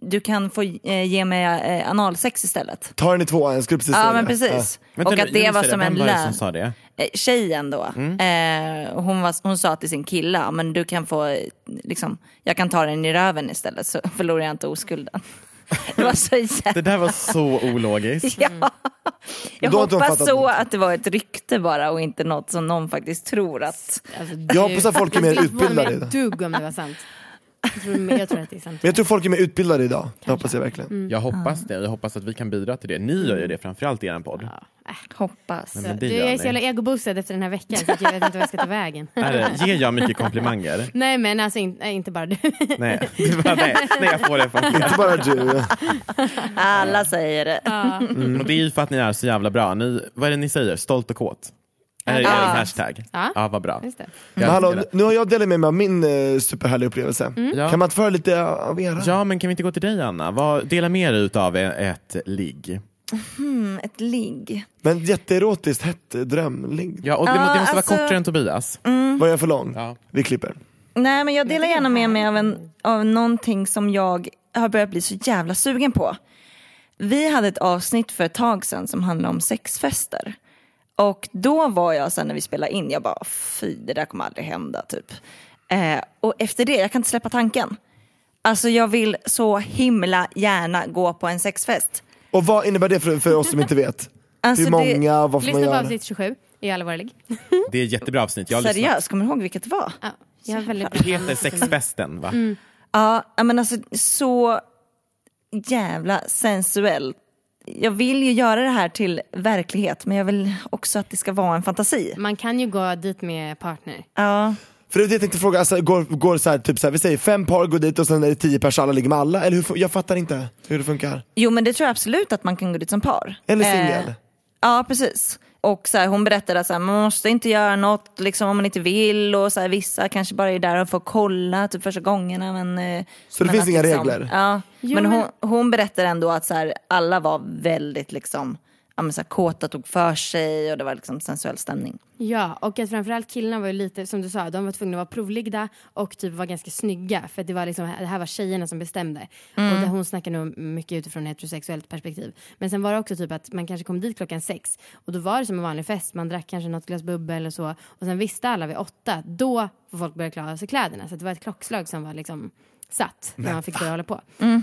E: du kan få eh, ge mig eh, analsex istället.
C: Ta den i tvåan, jag skulle precis säga
E: Ja men [LAUGHS]
C: det.
E: precis.
B: Vänta
E: Och
B: nu,
E: att
B: nu
E: det
B: vill
E: var
B: säga
E: som en
B: Vem var det
E: lön.
B: som sa Mm. det?
E: Eh, Tjejen då, eh, hon, var, hon sa till sin kille, ja, men du kan få, eh, liksom, jag kan ta den i röven istället så [LAUGHS] förlorar jag inte oskulden. [LAUGHS] Det var så jävla
B: Det där var så ologiskt.
E: [LAUGHS] Ja. Jag
C: Mm. Då har inte de
E: hoppas
C: fattat
E: så
C: något.
E: att det var ett rykte bara och inte något som någon faktiskt tror att...
D: Alltså,
C: Jag hoppas att folk är mer utbildade
D: Jag
C: idag.
D: dugg om det var sant. Jag tror, jag tror att det
B: [LAUGHS]
D: är sant.
C: Men jag tror folk är mer utbildade idag, det hoppas jag verkligen.
E: Mm.
B: Jag hoppas det. Jag hoppas att vi kan bidra till det. Ni gör ju det framförallt i er podd.
E: Hoppas.
B: Men det
D: du,
B: gör
D: jag är
B: ni.
D: så jävla egoboostad efter den här veckan så att jag vet inte vad jag ska ta vägen. [LAUGHS]
B: Är det- Ger
E: [LAUGHS]
B: jag mycket komplimanger?
D: Nej men alltså in, nej, inte bara du. [LAUGHS]
B: Nej, det var, nej, nej jag får det faktiskt.
C: Inte
E: [LAUGHS]
C: bara du.
E: Alla säger det.
C: Mm.
B: Och det är ju för att ni är så jävla bra. Ni, vad är det ni säger? Stolt och kåt? Är det er hashtag?
D: Ja.
B: ja, vad bra.
D: Just det.
B: Jag
C: Men hallå,
B: älskar det.
C: nu har jag delat med mig av min eh, superhärliga upplevelse.
E: Mm.
B: Ja.
C: Kan man inte föra lite av era?
B: Ja, men kan vi inte gå till dig Anna? Vad, dela med dig utav e- ett ligg.
E: Mm, Ett ligg.
C: Men jätteerotiskt, hett eh, drömling.
B: Ja, och det, må-
E: Ja,
B: det måste
E: alltså-
B: vara kortare än Tobias.
E: Mm.
C: Var jag för lång?
B: Ja.
C: Vi klipper.
E: Nej men jag delar gärna med mig av, en, av någonting som jag har börjat bli så jävla sugen på. Vi hade ett avsnitt för ett tag sedan som handlade om sexfester. Och då var jag sen när vi spelade in, jag bara fy det där kommer aldrig hända typ. Eh, och efter det, jag kan inte släppa tanken. Alltså jag vill så himla gärna gå på en sexfest.
C: Och vad innebär det för, för oss som inte vet?
E: Alltså,
C: Hur
E: det-
C: många, vad får man
D: Lyssna på
C: göra?
D: avsnitt 27, är allvarlig.
B: Det är ett jättebra avsnitt. Jag har lyssnat.
E: Seriöst, kommer du ihåg vilket det var?
D: Ja. Jag har väldigt
B: Det heter sexfesten va?
E: Mm. Ja, ja, men alltså så jävla sensuell. Jag vill ju göra det här till verklighet men jag vill också att det ska vara en fantasi.
D: Man kan ju gå dit med partner.
E: Ja,
C: För det är det jag tänkte fråga, alltså, går, går så här, typ så här, vi säger fem par går dit och sen är det tio pers och alla ligger med alla? Eller hur, fun- jag fattar inte hur det funkar.
E: jo men det tror jag absolut att man kan gå dit som par.
C: Eller
E: Eh,
C: singel.
E: Ja, precis. Och så här, hon berättade att så här, man måste inte göra något liksom, om man inte vill och så här, vissa kanske bara är där och får kolla typ första gångerna. Men, eh,
C: Så det
E: men
C: finns
E: att
C: inga
E: liksom,
C: regler?
E: Ja,
D: Jo,
E: men hon,
D: men-
E: hon berättar ändå att så här, alla var väldigt liksom, ja, men, så här, kåta, tog för sig och det var liksom sensuell stämning.
D: Ja, och att framförallt killarna var ju lite, som du sa, de var tvungna att vara provligda och typ var ganska snygga för att det var liksom, det här var tjejerna som bestämde.
E: Mm.
D: Och det, hon snackar nog mycket utifrån ett heterosexuellt perspektiv. Men sen var det också typ att man kanske kom dit klockan sex och då var det som en vanlig fest, man drack kanske något glas bubbel eller så och sen visste alla vid åtta, då får folk börja klä av sig kläderna. Så att det var ett klockslag som var liksom satt när man fick börja hålla på.
E: Alltså,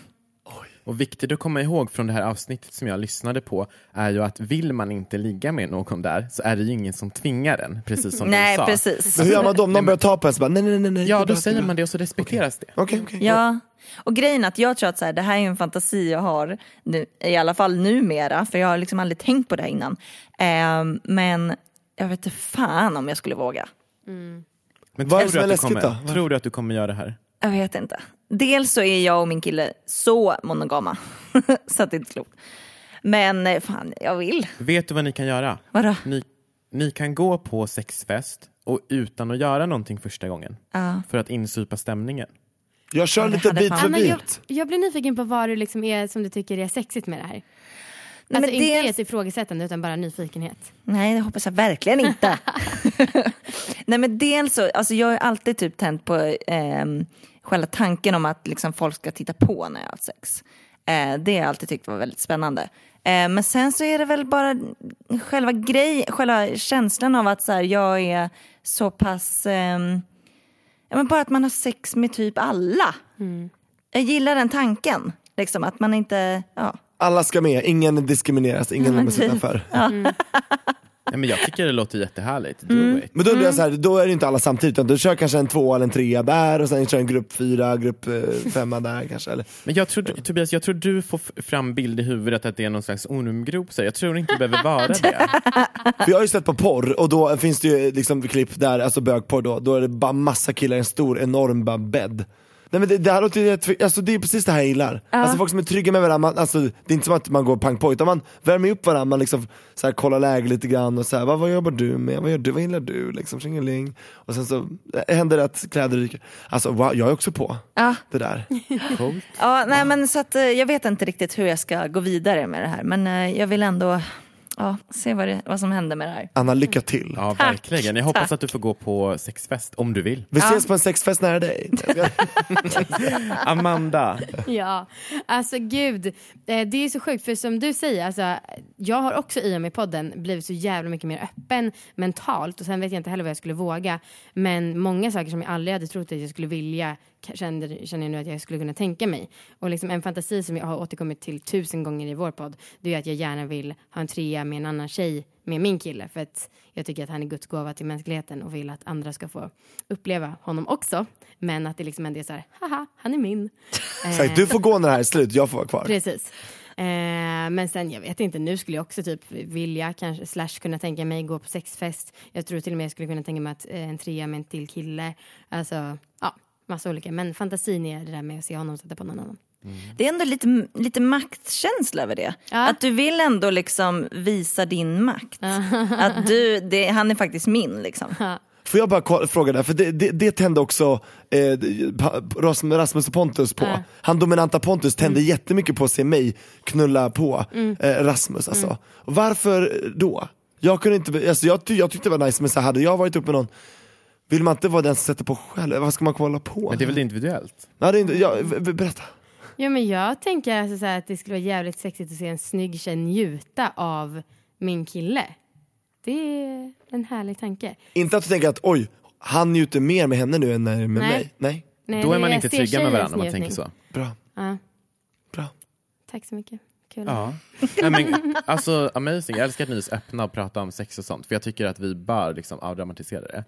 B: Och viktigt att komma ihåg från det här avsnittet som jag lyssnade på är ju att vill man inte ligga med någon där så är det ju ingen som tvingar den, precis som
E: Nej,
B: du sa.
E: precis.
C: Men hur gör man då? Om någon börjar ta på en så bara nej nej nej. nej det är
B: Ja,
C: bra,
B: då
C: det är
B: säger
C: bra.
B: man det och så respekteras det.
C: Okej, okej.
E: Ja, och grejen är att jag tror att så här, det här är ju en fantasi jag har, nu, i alla fall numera, för jag har liksom aldrig tänkt på det här innan. Ehm, men jag vet inte fan om jag skulle våga.
B: Men
C: Vad är
B: tror
C: det
B: du,
C: som
B: att du
C: är läskigt
B: kommer,
C: då?
B: tror du att du kommer göra det här?
E: Jag vet inte. Dels så är jag och min kille så monogama, [LAUGHS] så att det är inte klokt. Men eh, fan, jag vill.
B: Vet du vad ni kan göra?
E: Vadå?
B: Ni, ni kan gå på sexfest och utan att göra någonting första gången. För att insupa stämningen.
C: Jag kör lite
E: hade
C: bit
E: fan-
C: för
D: Anna, jag,
C: bit.
D: jag blir nyfiken på vad du liksom är som du tycker är sexigt med det här.
E: Nej,
D: alltså
E: men
D: inte
E: dels-
D: ett ifrågasättande utan bara nyfikenhet.
E: Nej, det hoppas jag verkligen inte. Nej, men dels så, alltså jag har ju alltid typ tänt på ehm, själva tanken om att liksom folk ska titta på när jag har haft sex. Eh, det har jag alltid tyckt var väldigt spännande. Eh, men sen så är det väl bara själva grej, själva känslan av att så här, jag är så pass, ehm, ja, men bara att man har sex med typ alla. Jag gillar den tanken, liksom att man inte, ja.
C: Alla ska med, ingen diskrimineras, ingen lämnas utanför.
B: Nej, men jag tycker det låter jättehärligt. Do
D: Mm.
B: it.
C: Men då blir jag så här, då är det inte alla samtidigt utan du kör kanske en tvåa eller en trea där och sen kör en grupp fyra, grupp eh, femma där kanske. Eller.
B: Men jag tror, Tobias, jag tror du får f- fram bild i huvudet att det är någon slags ormgrop. så här. Jag tror inte det behöver
D: [LAUGHS]
B: vara det.
C: För jag har ju sett på porr och då finns det ju liksom klipp där, alltså bögporr då, då är det bara massa killar i en stor enorm bara bädd. Nej men det, det här låter ju, jätte- alltså det är precis det här jag gillar. Alltså folk som är trygga med varandra, man, alltså, det är inte som att man går pang på utan man värmer upp varandra, man liksom så här, kollar läge lite grann och så här, vad, vad jobbar du med, vad gör du, vad gillar du liksom, tjingeling. Och sen så eh, händer det att kläder ryker. Alltså wow, jag är också på
E: Ja.
C: det där.
E: Ja, nej, men så att, eh, jag vet inte riktigt hur jag ska gå vidare med det här. Men eh, jag vill ändå ja, se vad, det, vad som händer med det här.
C: Anna, lycka till.
B: Ja, verkligen. Jag hoppas att du får gå på sexfest om du vill.
C: Vi ses på en sexfest nära dig.
B: Amanda,
D: [LAUGHS] Ja, alltså gud. eh, Det är så sjukt för som du säger, alltså, jag har också i och med podden blivit så jävla mycket mer öppen mentalt och sen vet jag inte heller vad jag skulle våga. Men många saker som jag aldrig hade trott att jag skulle vilja k- kände, känner jag nu att jag skulle kunna tänka mig. Och liksom en fantasi som jag har återkommit till tusen gånger i vår podd, det är att jag gärna vill ha en trea med en annan tjej med min kille för att jag tycker att han är Guds gåva till mänskligheten och vill att andra ska få uppleva honom också. Men att det liksom ändå är så här, haha, han
C: [LAUGHS]
D: är min. Eh,
C: Exakt, du får gå när det här är slut, jag får vara kvar.
D: Precis. Eh, men sen, jag vet inte, nu skulle jag också typ vilja, kanske, slash kunna tänka mig gå på sexfest. Jag tror till och med jag skulle kunna tänka mig att eh, en trea med en till kille. Alltså, ja, massa olika. Men fantasin är det där med att se honom sätta på någon annan.
E: Det är ändå lite, lite maktkänsla över det.
D: Ja.
E: Att du vill ändå liksom visa din makt. Att du, det, han är faktiskt min liksom.
C: Får jag bara ko- fråga där, för det, det, det tände också eh, pa- Rasm- Rasmus och Pontus på. Han dominanta Pontus tände
D: Mm.
C: jättemycket på att se mig knulla på eh, Rasmus alltså.
D: Mm.
C: Varför då? Jag kunde inte, be- alltså, jag, ty- jag tyckte det var nice men så hade jag varit uppe med någon vill man inte vara den som sätter på själv? Vad ska man kolla på?
B: men det är väl individuellt?
C: Nej, det är inte, ja, v- v- berätta.
D: Ja, men jag tänker alltså så här att det skulle vara jävligt sexigt att se en snygg tjej njuta av min kille. Det är en härlig tanke.
C: Inte att du tänker att oj, han njuter mer med henne nu än med
D: Nej.
C: mig. Nej,
D: Nej,
B: Då är
D: men
B: man
D: jag
B: inte
D: ser
B: trygga med
D: tjejens
B: varandra om man
D: njutning.
B: tänker så.
C: bra.
D: Ja,
C: bra.
D: tack så mycket. Kul.
B: Ja. Nej, men, alltså, amazing. Jag älskar att ni är så öppna och pratar om sex och sånt. För jag tycker att vi bör liksom, avdramatisera det.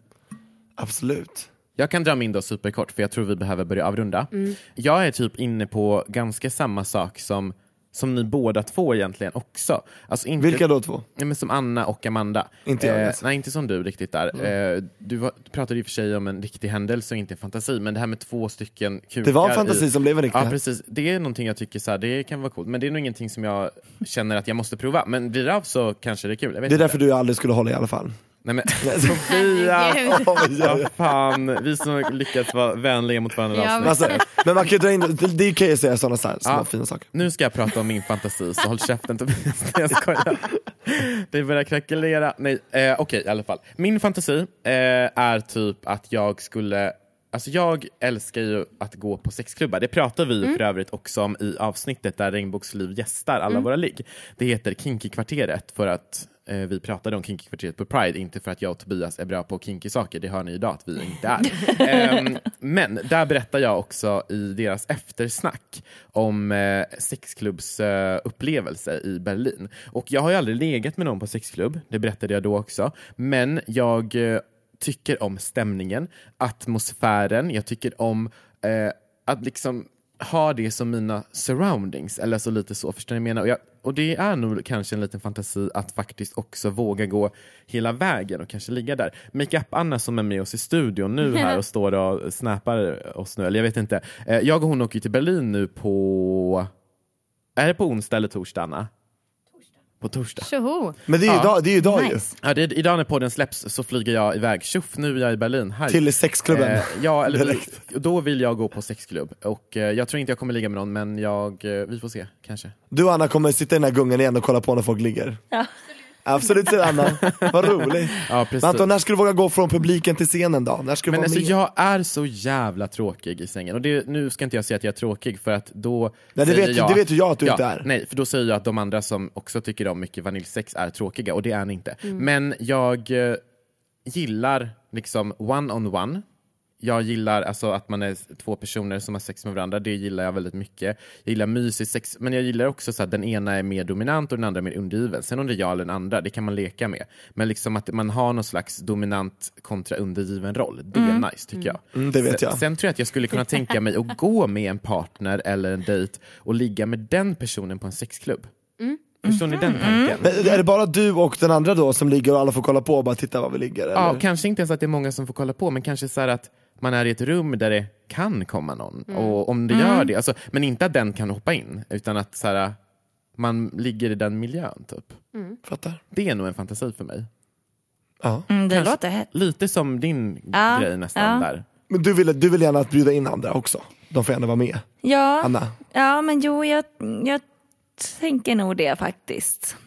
C: Absolut.
B: Jag kan dra min då superkort för jag tror vi behöver börja avrunda. Jag är typ inne på ganska samma sak som, som ni båda två egentligen också. Alltså inte,
C: Vilka då två?
B: Nej, men som Anna och Amanda.
C: Inte jag, Mm.
B: Eh,
C: alltså.
B: Nej, inte som du riktigt där. Eh, du, var, du pratade i och för sig om en riktig händelse och inte en fantasi, men det här med två stycken kukar.
C: Det var en fantasi
B: i...
C: som blev en riktig.
B: Ja, precis. Det är någonting jag tycker så här, det kan vara coolt, men det är nog ingenting som jag känner att jag måste prova. Men blir det av så kanske det är kul. Jag vet
C: det är
B: inte.
C: därför du aldrig skulle hålla i alla fall.
B: Nej,
C: [LAUGHS]
B: men,
D: [LAUGHS]
B: Sofia!
D: Herregud.
B: Vad fan, vi som lyckats vara vänliga mot varandra i
D: Ja,
B: avsnitt.
D: men-
C: Alltså, men man kan ju dra in, det- det kan ju säga sådana små
B: Ja.
C: fina saker.
B: Nu ska jag prata om min fantasi, så håll käften Tobias. Nej, Jag skojar. Det börjar krackelera. Nej, eh, okej i alla fall. Min fantasi eh, är typ att jag skulle Alltså jag älskar ju att gå på sexklubbar. Det pratar vi för
D: Mm.
B: övrigt också om i avsnittet där Regnbågsliv gästar alla våra ligg. Det heter Kinky-kvarteret för att eh, vi pratade om Kinky-kvarteret på Pride. Inte för att jag och Tobias är bra på kinky-saker, det hör ni idag att vi inte är. Ehm, men där berättar jag också i deras eftersnack om eh, sexklubbsupplevelse i Berlin. Och jag har ju aldrig legat med någon på sexklubb, det berättade jag då också. Men jag eh, tycker om stämningen, atmosfären, jag tycker om eh, att liksom ha det som mina surroundings. Eller så lite så, förstår ni vad jag menar? Och, jag, och det är nog kanske en liten fantasi att faktiskt också våga gå hela vägen och kanske ligga där. Makeup-Anna som är med oss i studion nu här och står och snappar oss nu, eller jag vet inte. Eh, Jag och hon åker ju till Berlin nu på... Är det på onsdag eller torsdag, Anna? På torsdag.
D: Tjoho!
C: Men det är ju
B: Ja.
C: idag, det är ju idag ju.
E: Nice.
B: Ja, det, är- idag när podden släpps så flyger jag iväg. Tjoff, nu är jag i Berlin. Hej.
C: Till sexklubben.
B: Eh, ja, eller vi, då vill jag gå på sexklubb. Och eh, jag tror inte jag kommer ligga med någon, men jag, eh, vi får se. Kanske.
C: Du och Anna kommer sitta i den här gungan igen och kolla på när folk ligger. Absolut säger Anna, vad roligt.
B: Ja, precis.
C: Men Anton, när ska du våga gå från publiken till scenen då? När ska du
B: Men
C: vara
B: alltså,
C: med?
B: jag är så jävla tråkig i sängen. Och det, nu ska inte jag säga att jag är tråkig för att då...
C: Nej, det
B: säger
C: vet- det vet ju jag att du
B: ja,
C: inte är.
B: Nej, för då säger jag att de andra som också tycker om mycket vaniljsex är tråkiga och det är ni inte. Men jag eh, gillar liksom one-on-one. Jag gillar alltså att man är två personer som har sex med varandra. Det gillar jag väldigt mycket. Jag gillar mysigt sex, men jag gillar också så att den ena är mer dominant och den andra mer undergiven. Sen om det är jag eller den andra, det kan man leka med. Men liksom att man har någon slags dominant kontra undergiven roll, det är nice tycker jag.
C: Mm, det vet
B: Sen-
C: jag.
B: Sen tror jag att jag skulle kunna tänka mig att gå med en partner eller en dejt och ligga med den personen på en sexklubb. Förstår ni den tanken?
C: Men Är det bara du och den andra då som ligger och alla får kolla på och bara titta var vi ligger?
B: Ja,
C: eller?
B: kanske inte ens att det är många som får kolla på, men kanske så här att man är i ett rum där det kan komma någon.
D: Mm.
B: Och om det gör det, alltså, men inte att den kan hoppa in, utan att så här, man ligger i den miljön. Typ.
C: Fattar.
B: Det är nog en fantasi för mig.
C: Ja.
E: Mm, det
B: Kanske-
E: låter hett.
B: Lite som din
E: Ja,
B: grej nästan
E: ja.
B: där.
C: Men du vill, du vill gärna att bjuda in andra också? De får gärna vara med.
E: Ja,
C: Anna?
E: ja men jo, jag, jag tänker nog det faktiskt.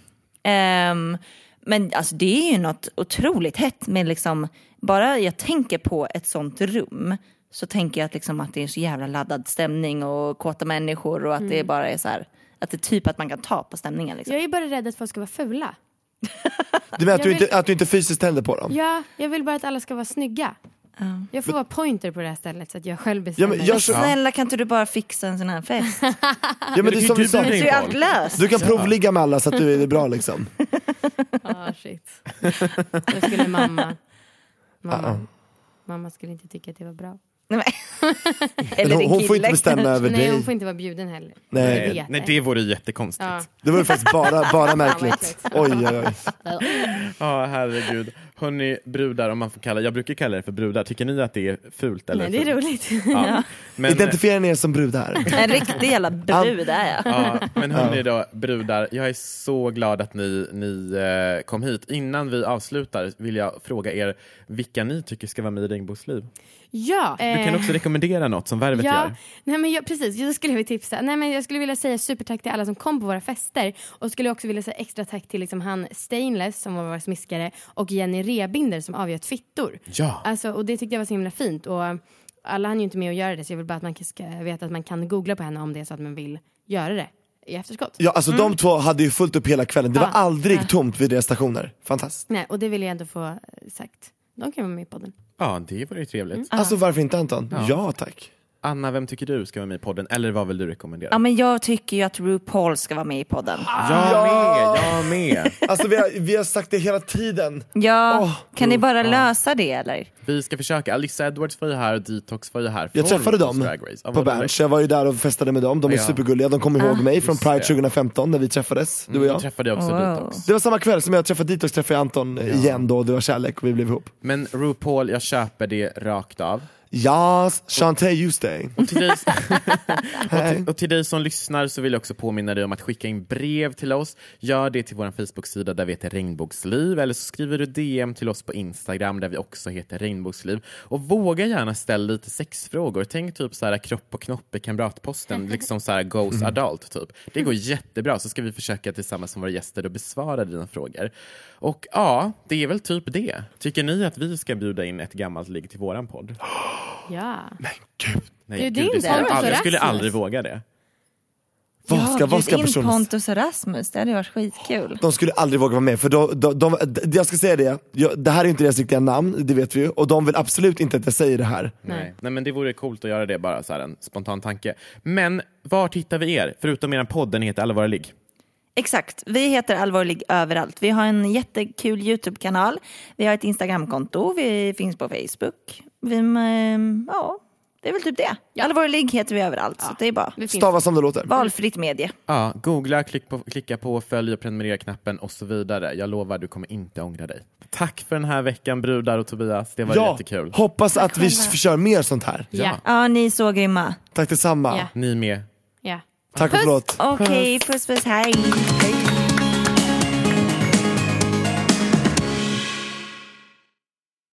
E: Ehm, men alltså, det är ju något otroligt hett med liksom, bara jag tänker på ett sånt rum så tänker jag att, liksom, att det är så jävla laddad stämning och kåta människor och att
C: Mm.
E: det bara är så här, att det är typ att man kan ta på stämningen. Liksom.
D: Jag är bara rädd att folk ska vara fula.
C: Du menar att, du
D: Jag vill-
C: inte, att du inte fysiskt tänder på dem?
D: Ja, jag vill bara att alla ska vara snygga. Jag får vara pointer på det här stället så att jag själv
C: Ja,
D: bestämmer.
C: men, jag, ja,
E: Snälla kan inte du bara fixa en sån här fest?
C: men det är som vi sa,
E: Så är ju allt löst.
C: du kan provligga med alla så att du är det bra liksom.
D: [LAUGHS] Ah, shit. Då skulle mamma... Mamma.
B: Ah,
D: mamma skulle inte tycka att det var bra.
E: Nej,
C: [LAUGHS]
E: men- Eller
C: Men hon,
E: din
C: hon får
E: kille.
C: inte bestämma över
D: Nej,
C: dig.
D: hon får inte vara bjuden heller.
C: Nej.
D: Jag
B: Nej,
D: vet
B: Eh, nej, det vore jättekonstigt.
D: Ja.
C: Det var ju faktiskt bara, bara märkligt.
D: äckligt.
C: Oj, oj, oj.
B: Ja, herregud. Hörni, brudar, om man får kalla Jag brukar kalla det för brudar. Tycker ni att det är fult? Eller
D: Nej, det är
B: fult?
D: roligt. [LAUGHS]
B: Ja. Men,
C: Identifiera er som brudar.
E: En riktig jävla brud är jag.
B: Ja, men hörni då, brudar, jag är så glad att ni, ni eh, kom hit. Innan vi avslutar vill jag fråga er vilka ni tycker ska vara med i Regnbågs liv.
D: Ja. eh,
B: Du kan också rekommendera något som Värvet
D: Ja,
B: gör.
D: nej men jag, precis. Jag skulle vilja tipsa. Nej men jag skulle vilja säga supertack till alla som kom på våra fester. Och skulle också vilja säga extra tack till liksom han Stainless som var vår smiskare och Jenny Rebinder som avgöt fittor.
B: Ja.
D: Alltså, och det tyckte jag var så himla fint. Och alla hann ju inte med att göra det så jag vill bara att man ska veta att man kan googla på henne om det är så att man vill göra det i efterskott.
C: Ja, alltså de två hade ju fullt upp hela kvällen. Det var
D: Ja.
C: aldrig tomt vid deras stationer. Fantastiskt.
D: Nej, och det vill jag ändå få sagt. De kan vara med i podden.
C: Mm.
B: ja, det vore ju trevligt.
C: Alltså varför inte Anton? Ja, tack.
B: Anna, vem tycker du ska vara med i podden? Eller vad vill du rekommendera?
E: Ja, men jag tycker ju att RuPaul ska vara med i podden.
B: Jag med, jag med.
C: Alltså vi har, vi har sagt det hela tiden.
E: Ja,
C: Åh,
E: kan ni bara lösa det eller?
B: [LAUGHS] Vi ska försöka. Alice Edwards var ju här och Detox var ju här.
C: Jag
B: från
C: träffade
B: Drag
C: dem
B: Race. Ja,
C: på
B: vad var det?
C: Berns, jag var ju där och festade med dem, de är
B: Ja.
C: supergulliga, de kommer ihåg mig från
B: just
C: Pride
B: det. Mm,
C: 2015 när vi träffades, du och
B: Då
C: jag.
B: träffade jag också
E: Wow.
B: Detox.
C: Det var samma kväll som jag träffade Detox träffade jag Anton eh, igen då, det var kärlek och vi blev ihop.
B: Men RuPaul, jag köper det rakt av.
C: Jas, Chantay Tuesday.
D: Mm.
B: Och till, dig, och, till, och till dig som lyssnar så vill jag också påminna dig om att skicka in brev till oss. Gör det till vår Facebook-sida där vi heter Regnbågsliv eller så skriver du DM till oss på Instagram där vi också heter Regnbågsliv. Och våga gärna ställa lite sexfrågor. Tänk typ så här kropp och knopp i kamratposten, liksom så här goes adult typ. Det går jättebra så ska vi försöka tillsammans med våra gäster att besvara dina frågor. Och ja, det är väl typ det. Tycker ni att vi ska bjuda in ett gammalt ligg till våran podd?
D: Ja.
B: Nej,
D: Bjud
B: gud,
D: in
B: det skulle jag,
D: Pontus och
B: aldrig, jag skulle
D: Rasmus.
B: aldrig våga det.
C: Vad ska, vad
E: bjud
C: ska
E: in
C: personen...
E: Pontus och Rasmus, det hade ju varit skitkul.
C: De skulle aldrig våga vara med, för de, de, de, de, jag ska säga det, jag, det här är inte deras riktiga namn, det vet vi ju, och de vill absolut inte att jag säger det här.
B: Nej. Nej, men det vore coolt att göra det bara så här en spontan tanke. Men var hittar vi er? Förutom er podd, den heter Alla våra ligg.
E: Exakt, vi heter Allvarlig överallt. Vi har en jättekul Youtube-kanal, vi har ett Instagram-konto, vi finns på Facebook. Vi, ehm, ja, det är väl typ det. Allvarlig heter vi överallt, så det är bara
D: Det finns.
C: Stava som det låter.
E: valfritt medie.
B: Ja, googla, klick på, klicka på följ och prenumerera-knappen och så vidare. Jag lovar, du kommer inte ångra dig. Tack för den här veckan brudar och Tobias. Det var
C: Ja,
B: jättekul.
C: hoppas att vi f- kör mer sånt här.
D: Ja.
E: Ja, ni är så grymma.
C: Tack detsamma.
D: Ja.
B: Ni med.
D: ja.
C: Tack och förlåt.
D: Puss.
E: Okej, puss puss, hej.